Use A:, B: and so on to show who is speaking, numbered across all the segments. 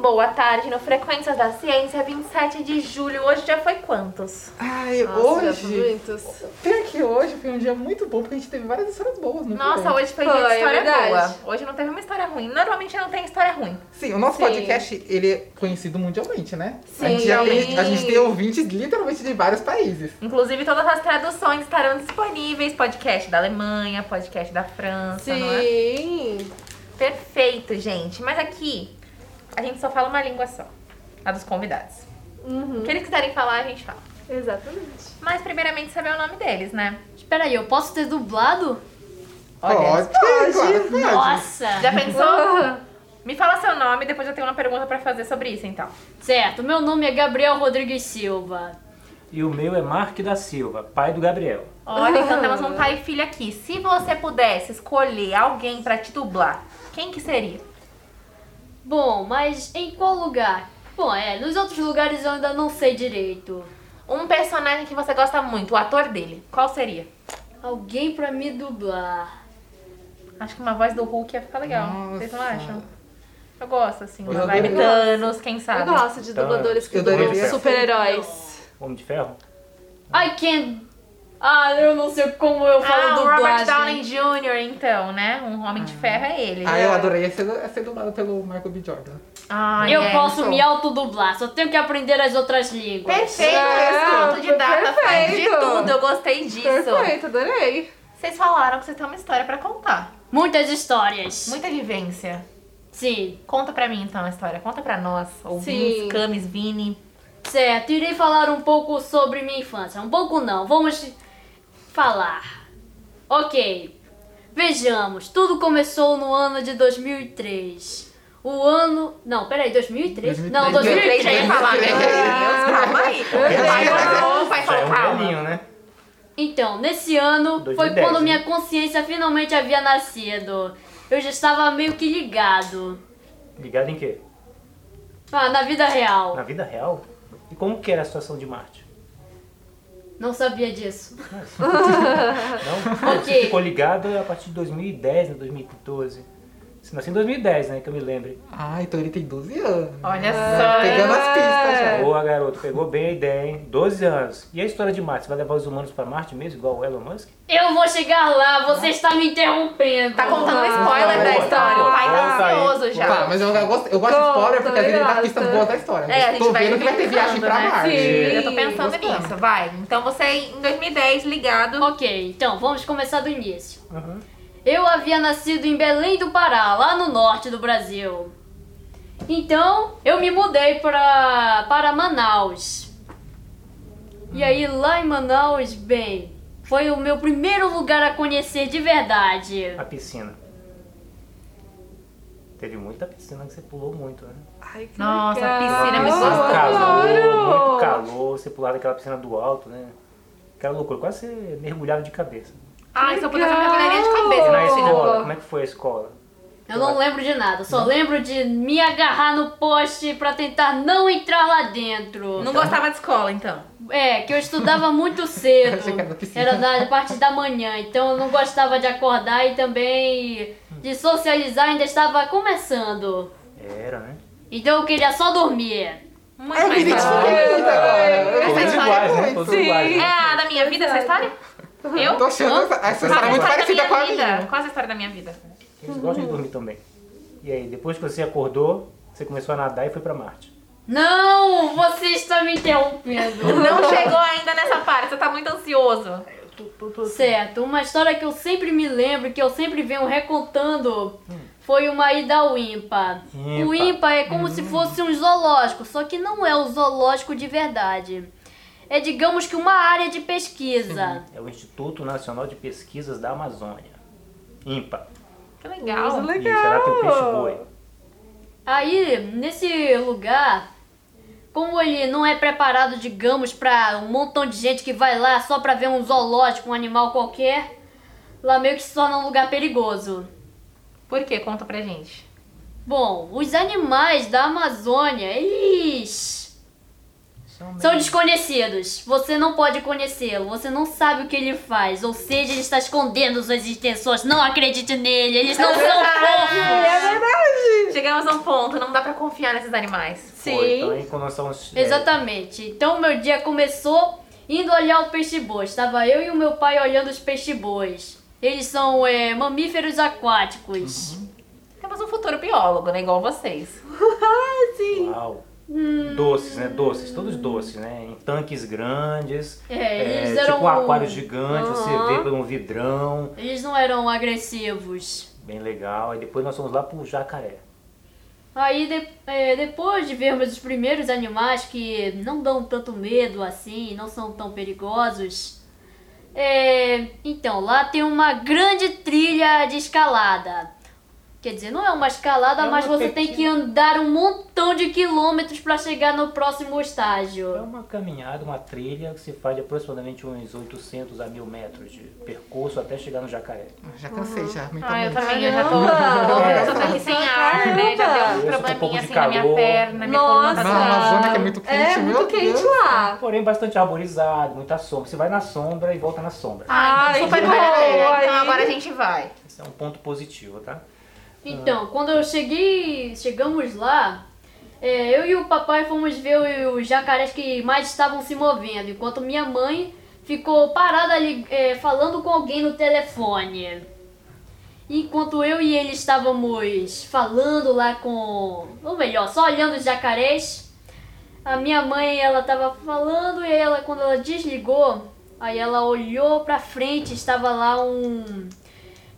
A: boa tarde no Frequências da Ciência, 27 de julho. Hoje já foi quantos?
B: Ai,
C: Nossa, já foi
B: hoje.
C: muitos.
B: Pior que hoje foi um dia muito bom, porque a gente teve várias histórias boas no
A: Nossa,
B: programa.
A: hoje foi, dia de
C: Foi, é
A: história
C: verdade.
A: boa. Hoje não teve uma história ruim. Normalmente não tem história ruim.
B: Sim, o nosso
C: Sim.
B: podcast, ele é conhecido mundialmente, né? a,
C: Sim,
B: gente já tem,
C: sim.
B: a gente tem ouvintes literalmente de vários países.
A: Inclusive, todas as traduções estarão disponíveis. Podcast da Alemanha, podcast da França, não é?
C: Sim.
A: Perfeito, gente. Mas aqui, a gente só fala uma língua só. A dos convidados. O
C: Uhum.
A: que eles quiserem falar, a gente fala.
C: Exatamente.
A: Mas, primeiramente, saber o nome deles, né?
D: Espera aí, eu posso ter dublado?
A: Olha,
B: Pode, claro, é pode.
D: Nossa!
A: já
C: Uhum.
A: pensou? Me fala seu nome, depois eu tenho uma pergunta pra fazer sobre isso, então.
D: Certo, meu nome é Gabriel Rodrigues Silva.
E: E o meu é Mark da Silva, pai do Gabriel.
A: Olha, então temos um pai e filha aqui. Se você pudesse escolher alguém pra te dublar, quem que seria?
D: Bom, mas em qual lugar? Bom, é, nos outros lugares eu ainda não sei direito.
A: Um personagem que você gosta muito, o ator dele. Qual seria?
D: Alguém pra me dublar.
A: Acho que uma voz do Hulk ia ficar legal. Vocês não
B: Nossa.
A: acham? Eu gosto, assim,
E: Eu
A: uma vibe
B: adoro.
A: Thanos, quem
C: Eu
A: sabe?
C: gosto de
E: Tá.
C: dubladores que
B: Eu
C: dublam
E: daria-
C: super-heróis.
E: Homem de Ferro?
D: I can. Ah, eu não sei como eu falo
A: Ah, o Robert Downey
D: dublagem.
A: Jr., então, né? Um Homem de Ferro é ele.
B: Ah, eu adorei ser, ser dublado pelo Michael B. Jordan.
A: Ai,
D: Eu
A: é.
D: posso
B: sou.
D: me autodublar, só tenho que aprender as outras línguas.
A: Perfeito,
C: É,
A: esse ponto de data faz de
C: perfeito.
A: tudo. Eu gostei disso.
C: Perfeito, adorei.
A: Vocês falaram que vocês têm uma história pra contar.
D: Muitas histórias.
A: Muita vivência.
D: Sim,
A: Conta pra mim, então, a história. Conta pra nós, ouvintes,
C: Sim.
A: Camis, Vini.
D: certo. Irei falar um pouco sobre minha infância. Um pouco não, vamos falar. Ok, vejamos. Tudo começou no ano de 2003. O ano. Não, peraí, 2003? Não,
A: 2003,
D: 2003.
A: já ia falar, né? Meu Deus,
B: Ah,
A: calma aí.
B: um
A: Aí falou, o pai
E: Já é
A: falou,
E: um
A: calma.
E: velhinho, né?
D: Então, nesse ano foi
E: 2010,
D: quando
E: né?
D: minha consciência finalmente havia nascido. Eu já estava meio que ligado.
E: Ligado em quê?
D: Ah, na vida
E: Na
D: real.
E: vida real? E como que era a situação de Marte?
D: Não sabia disso.
E: Não? Você
D: Ok.
E: ficou ligado a partir de 2010, né? 2014. Você nasceu em 2010, né? Que eu me lembre.
B: Ah, então ele tem 12 anos. Tá
A: Olha só.
B: Pegando as pistas já.
E: Boa, garoto. Pegou bem a ideia, hein? 12 anos. E a história de Marte? Você vai levar os humanos pra Marte mesmo, igual o Elon Musk?
D: Eu vou chegar lá, você está me interrompendo.
A: Tá contando um spoiler da
E: Boa,
A: história. O
E: boa,
A: pai
E: boa,
A: tá
E: tá aí.
A: ansioso já.
B: Tá, mas eu, eu gosto, eu gosto de
C: Gosto,
B: história porque às vezes ele dá
C: gosto.
B: pistas boas da história.
A: É, a
B: Mas
A: gente
B: Tô
A: vai
B: vendo que vai ter
A: pensando,
B: viagem pra
A: né?
B: Marte.
C: Sim.
A: Eu tô pensando
B: Gostando.
A: nisso, vai. Então você, em 2010, ligado.
D: Ok, então vamos começar do início.
E: Uhum.
D: Eu havia nascido em Belém do Pará, lá no norte do Brasil. Então eu me mudei pra, para Manaus. E aí lá em Manaus, bem, foi o meu primeiro lugar a conhecer de verdade.
E: A piscina. Teve muita piscina que você pulou muito, né?
C: Ai, que
A: Nossa,
C: legal.
A: a piscina é muito
C: Nossa,
A: gostosa.
C: Ah, claro.
E: Calor, muito calor, você pular daquela piscina do alto, né? Aquela loucura, quase você mergulhava de cabeça.
A: Ai, se eu pudesse, eu
C: Legal.
A: mergulharia de
E: E
A: cabeça né,
C: Oh.
E: na
A: na piscina.
E: escola, como é que foi a escola?
D: Eu não lembro de nada, só lembro de me agarrar no poste pra tentar não entrar lá dentro.
A: Não gostava de escola, então.
D: É, que eu estudava muito cedo.
B: Achei que era da piscina.
D: Era da parte da manhã, então eu não gostava de acordar e também de socializar ainda estava começando.
E: Era, né?
D: Então eu queria só dormir.
A: Muito
B: Eu me
A: mais fácil.
B: identifiquei muito agora. Eu
A: Essa
B: tô
E: Todos
A: história
E: iguais,
B: muito.
E: né? Todos
C: Sim.
E: iguais.
A: É
E: né?
A: a da minha vida essa história? Eu?
B: Tô achando essa, essa
A: Qual
B: história
A: é a
B: muito parecida
A: história
B: com
A: da
B: a
A: minha vida?
B: minha.
A: Qual é a história da minha vida?
E: Eles
C: Uhum.
E: gostam de dormir também. E aí, depois que você acordou, você começou a nadar e foi pra Marte.
D: Não, você está me interrompendo.
A: Não chegou ainda nessa parte, você tá muito ansioso.
D: certo, uma história que eu sempre me lembro, que eu sempre venho recontando, foi uma ida ao IMPA. O
E: Impa.
D: IMPA é como se fosse um zoológico, só que não é o zoológico de verdade. É, digamos que uma área de pesquisa.
E: É o Instituto Nacional de Pesquisas da Amazônia. IMPA.
A: Que
C: Nossa,
A: legal.
E: E
C: legal.
E: será que o peixe boi?
D: Aí, nesse lugar, como ele não é preparado, digamos, pra um montão de gente que vai lá só pra ver um zoológico, um animal qualquer, lá meio que se torna um lugar perigoso.
A: Por quê? Conta pra gente.
D: Bom, os animais da Amazônia, eles São desconhecidos. Você não pode conhecê-lo. Você não sabe o que ele faz. Ou seja, ele está escondendo suas intenções. Não acredite nele. Eles não são fofos.
C: É verdade.
A: Chegamos a um ponto, não dá pra confiar nesses animais.
E: Pô, então,
C: Sim.
E: hein, quando nós somos, é,
D: Exatamente. Então meu dia começou indo olhar o peixe-boi. Estava eu e o meu pai olhando os peixe-bois. Eles são é, mamíferos aquáticos.
E: Uhum.
A: Temos um futuro biólogo, né? Igual vocês.
E: Uau.
C: Hum.
E: Doces, né? Doces, todos doces, né? Em tanques grandes,
D: É, eles
E: tipo
D: eram.
E: um aquário gigante, você
C: Aham.
E: vê por um vidrão,
D: Eles não eram agressivos.
E: bem legal. Aí depois nós fomos lá pro jacaré.
D: Aí de- é, depois de vermos os primeiros animais que não dão tanto medo assim, não são tão perigosos. é, então, lá tem uma grande trilha de escalada. Quer dizer, não é uma escalada,
E: É uma
D: mas você tem que
E: pequena-
D: andar um montão de quilômetros para chegar no próximo
E: É
D: estágio.
E: uma caminhada, uma trilha que se faz de aproximadamente uns 800 a 1000 metros de percurso até chegar no jacaré.
B: Já cansei, já,
A: Ah, eu
B: mentalmente.
A: também, eu já tô.
C: Caramba!
A: Eu já tô aqui sem ar, né? Já deu um
E: Caramba! Eu sinto um
A: probleminha
E: pouco de
A: assim na minha
E: calor.
A: perna, minha coluna
C: Nossa.
A: tá
B: Na Amazônia, que é muito quente,
C: É
B: meu
C: muito quente
B: Deus.
C: lá.
E: Porém, bastante arborizado, muita sombra. Você vai na sombra e volta na sombra.
A: Ah,
C: Ai,
A: então super
C: que
A: vale a pena.
C: boa,
A: Então
C: hein?
A: agora a gente vai.
E: Esse é um ponto positivo, tá?
D: Então, quando eu cheguei, chegamos lá, é, eu e o papai fomos ver os jacarés que mais estavam se movendo, enquanto minha mãe ficou parada ali é, falando com alguém no telefone. Enquanto eu e ele estávamos falando lá com, ou melhor, só olhando os jacarés, a minha mãe ela estava falando e ela quando ela desligou, aí ela olhou pra frente, estava lá um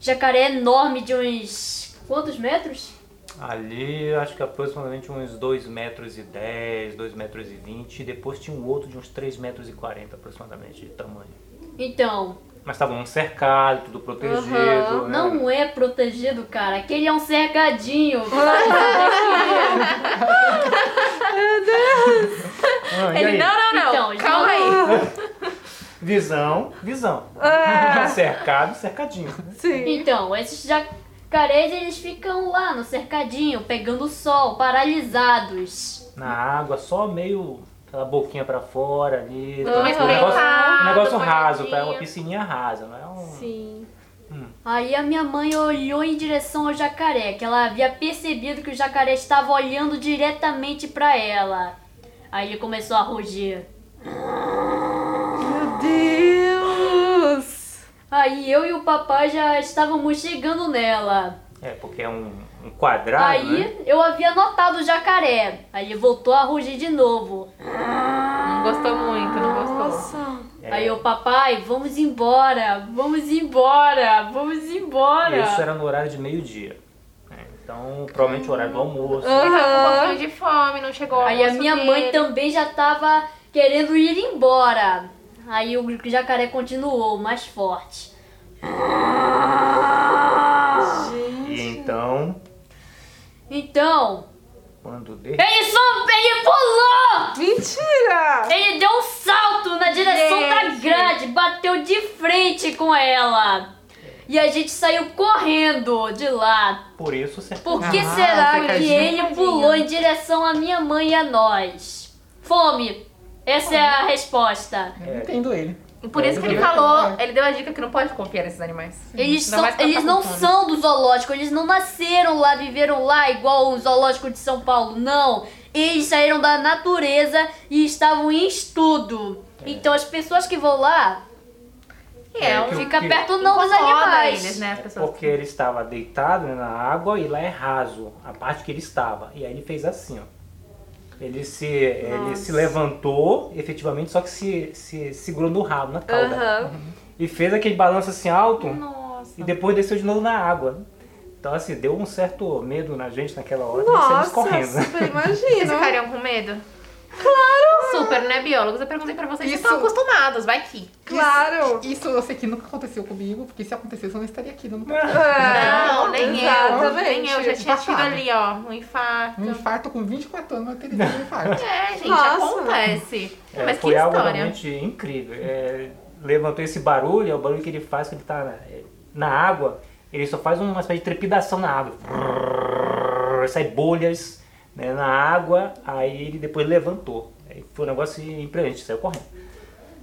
D: jacaré enorme de uns. quantos metros?
E: Ali, acho que aproximadamente uns 2 metros e 10, 2 metros e 20. E depois tinha um outro de uns 3 metros e 40 aproximadamente de tamanho.
D: Então,
E: Mas tava num cercado, tudo protegido.
C: Aham,
E: né?
D: não é protegido, cara. Aquele é um cercadinho. Então,
E: Ah, e
A: Ele,
E: aí?
A: não, não, não.
D: então,
A: Calma aí.
E: Visão, visão. cercado, cercadinho.
C: Sim.
D: Então, esses jacarés eles ficam lá no cercadinho, pegando sol, paralisados.
E: Na água, só meio aquela boquinha pra fora ali.
C: Aham.
E: Mas um negócio, um negócio
A: Espreitado,
E: raso, tá? É
A: molhadinho.
E: uma piscininha rasa, não é um.
C: Sim.
D: Aí a minha mãe olhou em direção ao jacaré, que ela havia percebido que o jacaré estava olhando diretamente pra ela. Aí ele começou a rugir.
C: Meu Deus.
D: Aí eu e o papai já estávamos chegando nela.
E: É, porque é um, um quadrado.
D: Aí
E: né?
D: eu havia notado o jacaré. Aí ele voltou a rugir de novo.
A: Não gostou muito, não gostou.
C: Nossa.
E: É,
D: Aí eu, papai, vamos embora, vamos embora, vamos embora.
E: Isso é era no horário de meio-dia. né? Então, provavelmente o horário do almoço.
A: Um
C: Aham.
A: pouquinho de fome, não chegou. o
D: Aí a
A: almoço
D: minha mãe
A: dele.
D: também já tava querendo ir embora. Aí o jacaré continuou mais forte.
E: E então,
D: Então,
E: quando de
D: ele só ele pulou!
C: Mentira.
D: Ele deu um salto na direção
A: Gente.
D: da grade, bateu de frente com ela. E a gente saiu correndo de lá.
E: por isso você
D: Por que
B: Ah,
D: será que
B: cercadinho.
D: ele pulou em direção à minha mãe e a nós? Fome. Essa é a resposta.
B: Eu não entendo ele.
A: E por isso que
E: Uhum.
A: ele falou,
E: É.
A: ele deu a dica que não pode confiar nesses animais. Ainda
D: Eles, são,
A: mais quando
D: eles
A: tá
D: não
A: com fome.
D: são do zoológico, eles não nasceram lá, viveram lá igual o zoológico de São Paulo, não. Eles saíram da natureza e estavam em estudo.
E: É.
D: Então as pessoas que vão lá,
A: E é um
E: que o-
D: fica
E: que-
D: perto não dos
A: incomoda
D: animais.
A: Eles, né, as
E: É
A: pessoas.
C: assim.
E: porque ele estava deitado né, na água e lá é raso, a parte que ele estava. E aí ele fez assim, ó. Ele se, ele se levantou, efetivamente, só que se, se segurou no rabo, na cauda.
C: Aham.
E: E fez aquele balanço assim alto
A: Nossa.
E: e depois desceu de novo na água. Então, assim, deu um certo medo na gente naquela hora. nós saímos
C: Nossa,
E: correndo. né?
C: super
A: Vocês
C: imagino.
A: ficariam com medo? Claro! Super, né, biólogos? Eu perguntei pra vocês, vocês
B: Isso.
A: estão acostumados, vai que.
C: Claro.
B: Isso eu sei que nunca aconteceu comigo, porque se acontecesse eu não estaria aqui dando
A: Não, nem eu.
C: Ah, É, exatamente.
A: Nem eu, já tinha tido
B: Passado.
A: ali, ó, um infarto.
B: um infarto com 24 anos, eu teria tido um infarto.
A: É, gente,
C: Nossa.
A: acontece.
E: É,
A: Mas que
E: foi algo
A: história.
E: realmente incrível. É, levantou esse barulho, é o barulho que ele faz quando ele tá na, é, na água. Ele só faz uma espécie de trepidação na água. Sai bolhas né, na água, aí ele depois levantou. Aí Foi um negócio incrível, a gente saiu correndo.
A: Ah,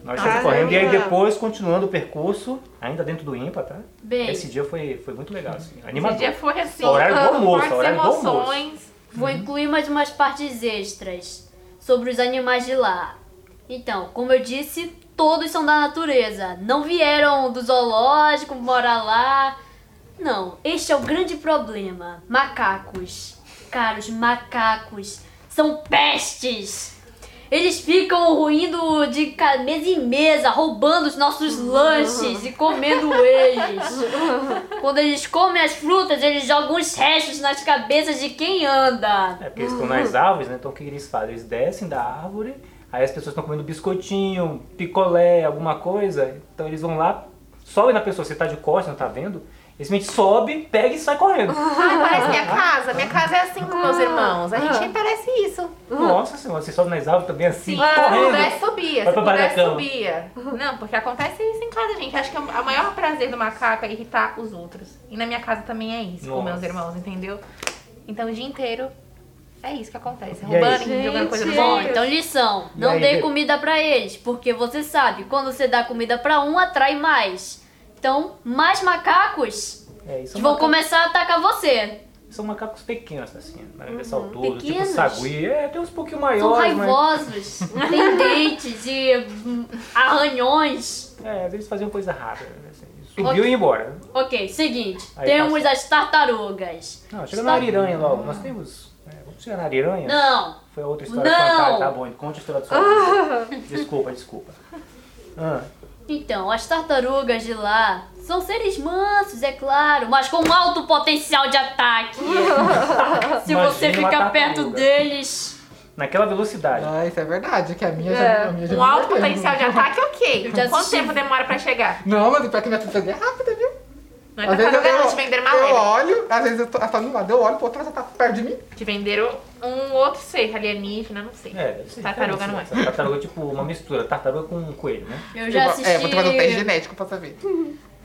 E: Nós saímos
C: Caramba.
E: correndo e aí depois, continuando o percurso, ainda dentro do ímpar, tá?
D: Bem.
E: Esse dia foi, foi muito legal, assim,
A: Esse
E: animador.
A: dia foi assim,
E: Horário do almoço,
A: fortes
E: horário do almoço.
A: emoções.
D: Vou incluir mais umas partes extras sobre os animais de lá. Então, como eu disse, todos são da natureza. Não vieram do zoológico morar lá. Não, este é o grande problema. Macacos. Caros macacos são pestes. Eles ficam ruindo de ca- mesa em mesa, roubando os nossos lanches e comendo eles. Quando eles comem as frutas, eles jogam os restos nas cabeças de quem anda.
E: É porque eles estão nas árvores, né? Então o que eles fazem? Eles descem da árvore, aí as pessoas estão comendo biscoitinho, picolé, alguma coisa. Então eles vão lá, sobem na pessoa, você tá de costas, não tá vendo? Eles simplesmente sobe, pega e sai correndo.
A: Ai, parece minha casa. Minha casa é assim com meus irmãos. A gente nem parece isso.
D: Uhum.
E: Nossa senhora, você sobe nas árvores também assim,
A: Sim, se
E: correndo.
A: pudesse, subia. Se
E: Vai pra baixo da
A: pudesse,
E: cama.
A: subia. Não, porque acontece isso em casa, gente. Acho que o maior prazer do macaco é irritar os outros. E na minha casa também é isso, com
E: Nossa.
A: meus irmãos, entendeu? Então o dia inteiro é isso que acontece.
E: E aí?
A: Roubando, jogando coisa no
C: Gente.
D: Bom,
A: bote.
D: então lição.
E: E
D: Não
E: aí,
D: dê
E: Bê?
D: comida pra eles, porque você sabe, quando você dá comida pra um, atrai mais. Então, mais macacos
E: É, isso
D: que
E: é
D: vão
E: uma-
D: começar a atacar você.
E: São macacos pequenos, assim, né? saudosos, tipo
D: Uhum. Pequenos?
E: sagui. É, tem uns um pouquinho
D: São
E: maiores,
B: né?
E: mas...
D: raivosos, têm dentes e hum, arranhões.
E: É, às vezes faziam coisa errada. assim. Subiu e ia embora.
D: Ok, seguinte.
E: Aí
D: temos
E: passa.
D: as tartarugas.
E: Não, chega na ariranha logo. Nós temos... é, vamos chegar na ariranha?
D: Uhum. Não,
E: Foi outra história
D: Não!
E: fantástica. Tá bom, conte a história do seu Desculpa, desculpa. Ah,
D: Então, as tartarugas de lá são seres mansos, é claro, mas com alto potencial de ataque. Se você
E: Imagina uma
D: ficar perto
E: tartaruga.
D: deles,
E: naquela velocidade.
B: Ah, isso é verdade, que a minha já,
C: É,
B: a minha já
A: Um
B: não
A: alto
B: bateu.
A: potencial de ataque, ok.
D: Eu já
A: Quanto
D: assisti.
A: tempo demora pra chegar?
B: Não, mas o pior que minha tartaruga é rápida, viu?
A: Não é tartaruga, não. Te né? venderam uma
B: eu
A: leve.
B: olho, às vezes eu tô, ela tá no lado, eu olho pro outro, ela já tá perto de mim.
A: Te venderam um outro ser alienígena, não sei.
E: É, deve ser
A: Tartaruga
E: diferente,
A: não é.
E: né? Essa Tartaruga é tipo uma mistura, tartaruga com um coelho, né?
D: eu já
B: Igual-
D: assisti
B: É, vou tomar um teste genético pra saber.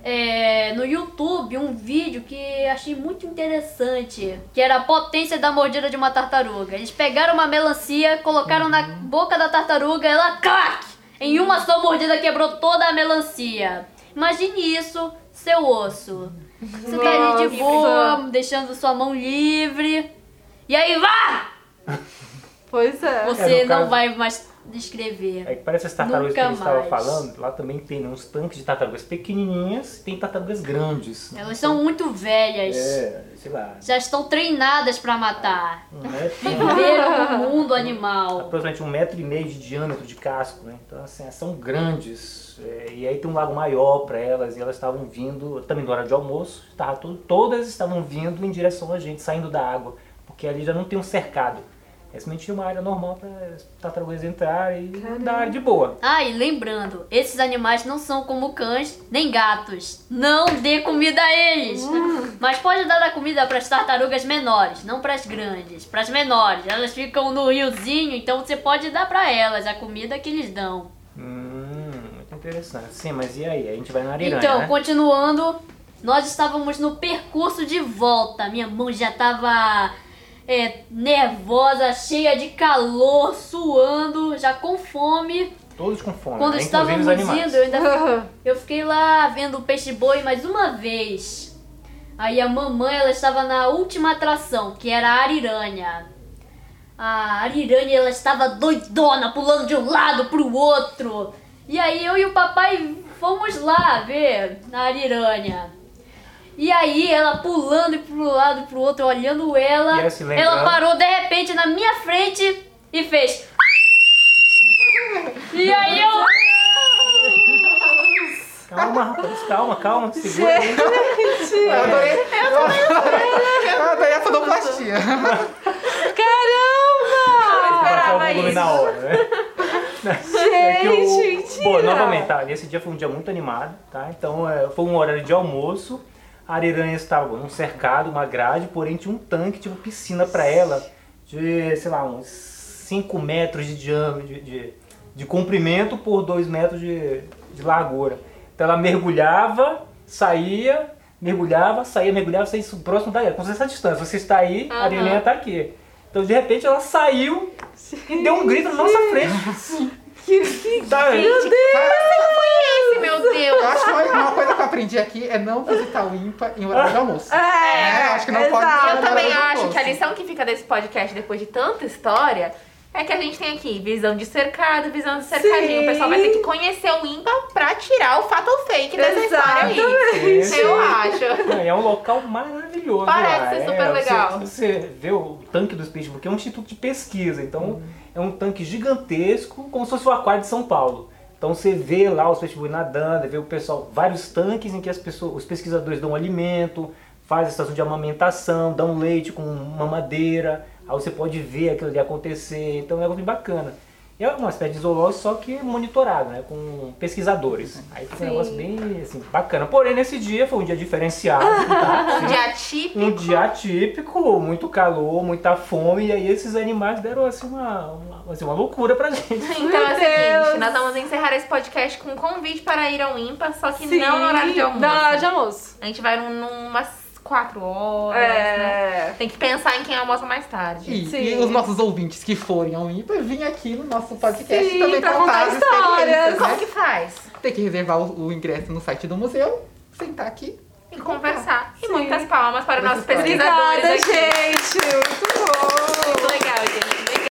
D: é, no YouTube um vídeo que achei muito interessante, que era a potência da mordida de uma tartaruga. Eles pegaram uma melancia, colocaram na boca da tartaruga, ela clac! Em uma só mordida quebrou toda a melancia. Imagine isso, seu osso. Você tá ali de
C: Nossa.
D: boa, deixando sua mão livre. E aí, vá!
C: Pois é.
D: Você
E: É,
D: não
E: no caso-
D: vai mais descrever.
E: Aí parece as tartarugas
D: Nunca
E: É que eu estava
D: mais.
E: falando, lá também tem né, uns tanques de tartarugas pequenininhas e tem tartarugas grandes.
D: Elas são muito velhas.
E: É, sei lá.
D: Já estão treinadas pra matar.
E: Um metro,
D: Viveram no mundo animal.
E: aproximadamente um metro e meio de diâmetro de casco, né? Então, assim, elas são grandes. é, e aí tem um lago maior para elas e elas estavam vindo, também na hora de almoço, tava tudo- todas estavam vindo em direção a gente, saindo da água, porque ali já não tem um cercado. É simplesmente uma área normal para tartarugas entrarem e dar área de boa.
D: Ah, e lembrando, esses animais não são como cães nem gatos. Não dê comida a eles. Mas pode dar a comida pras tartarugas menores, não pras grandes. Pras menores, elas ficam no riozinho, então você pode dar pra elas a comida que eles dão.
E: Hum, muito interessante. Sim, mas e aí? A gente vai na ariranha,
D: Então,
E: né?
D: continuando, nós estávamos no percurso de volta. Minha mão já estava é, nervosa, cheia de calor, suando, já com fome.
E: Todos com fome,
D: Quando
E: né? inclusive
D: estávamos
E: os animais.
D: indo, eu ainda eu fiquei lá vendo o peixe-boi mais uma vez. Aí a mamãe, ela estava na última atração, que era a ariranha. A ariranha, ela estava doidona, pulando de um lado pro outro. E aí eu e o papai fomos lá ver a ariranha. E aí ela pulando pro lado e pro outro, olhando
E: E
D: ela.
E: ela se lembrando.
D: Ela parou de repente na minha frente e fez... E aí eu...
E: Calma, rapaz, calma, calma, segura. aí.
B: Eu adorei, eu, eu adorei essa doplastia.
E: Vai baixar o
A: esperava
E: volume
A: isso.
E: na hora, né? É que o-
C: Gente,
E: Bom,
C: mentira.
E: novamente, tá? Esse dia foi um dia muito animado, tá? Então, é, foi um horário de almoço. A Ariranha estava num cercado, uma grade, porém tinha um tanque, tipo piscina pra ela, de, sei lá, uns 5 metros de diâmetro, de, de, de comprimento por 2 metros de, de largura. Então ela mergulhava, saía, mergulhava, saía, mergulhava, saía tá isso próximo da ela. Com essa distância, você está aí, a Ariranha está aqui. Então de repente ela saiu, E deu um grito na nossa frente.
C: Que, que...
E: Tá,
C: Meu Deus!
A: Esse, meu Deus.
B: Eu acho que uma uma coisa que eu aprendi aqui é não visitar o ímpar em horário de almoço.
C: É,
B: É, acho que não pode
C: exato.
B: ser.
A: Eu também
B: Maravilhoso.
A: acho que a lição que fica desse podcast depois de tanta história é que a gente tem aqui visão de cercado, visão de cercadinho.
C: Sim.
A: O pessoal vai ter que conhecer o ímpar pra tirar o fato ou fake dessa história aí.
E: Exatamente.
A: Eu acho.
E: Não, É um local maravilhoso.
A: Parece
E: lá.
A: ser
E: É,
A: super
E: você-
A: legal.
E: Você, vê o tanque do Speed, porque é um instituto de pesquisa, então
A: Uhum.
E: é um tanque gigantesco, como se fosse o aquário de São Paulo. Então você vê lá os Speedboy nadando, vê o pessoal, vários tanques em que as pessoas, os pesquisadores dão alimento, fazem estação de amamentação, dão leite com mamadeira, aí você pode ver aquilo ali acontecer, então é um negócio bem bacana. É uma espécie de zoológico, só que monitorado, né? Com pesquisadores. Aí foi um negócio bem assim, bacana. Porém, nesse dia foi um dia diferenciado. tá?
A: Um dia típico.
E: um dia atípico, muito calor, muita fome, e aí esses animais deram assim uma, uma, assim, uma loucura pra gente.
A: Então é o
C: Meu
A: seguinte,
C: Deus.
A: nós vamos encerrar esse podcast com um convite para ir ao ímpar, só que
C: Sim,
A: não no horário de almoço.
C: Não, na hora de almoço.
A: A gente vai num- numas quatro horas, né?
C: É.
A: Tem que pensar em quem almoça mais tarde.
B: E,
C: Sim.
B: e os nossos ouvintes que forem ao ímpar, vim aqui no nosso podcast
C: Sim,
B: também
C: pra
B: contar
C: contar
B: as experiências,
A: Como
B: né?
A: que faz?
B: Tem que reservar o, o ingresso no site do museu, sentar aqui.
A: E conversar. E
C: Sim.
A: muitas palmas para os nossos
B: Muito bom.
A: pesquisadores
C: Obrigada,
A: aqui.
C: gente. Muito bom.
A: Muito legal, gente.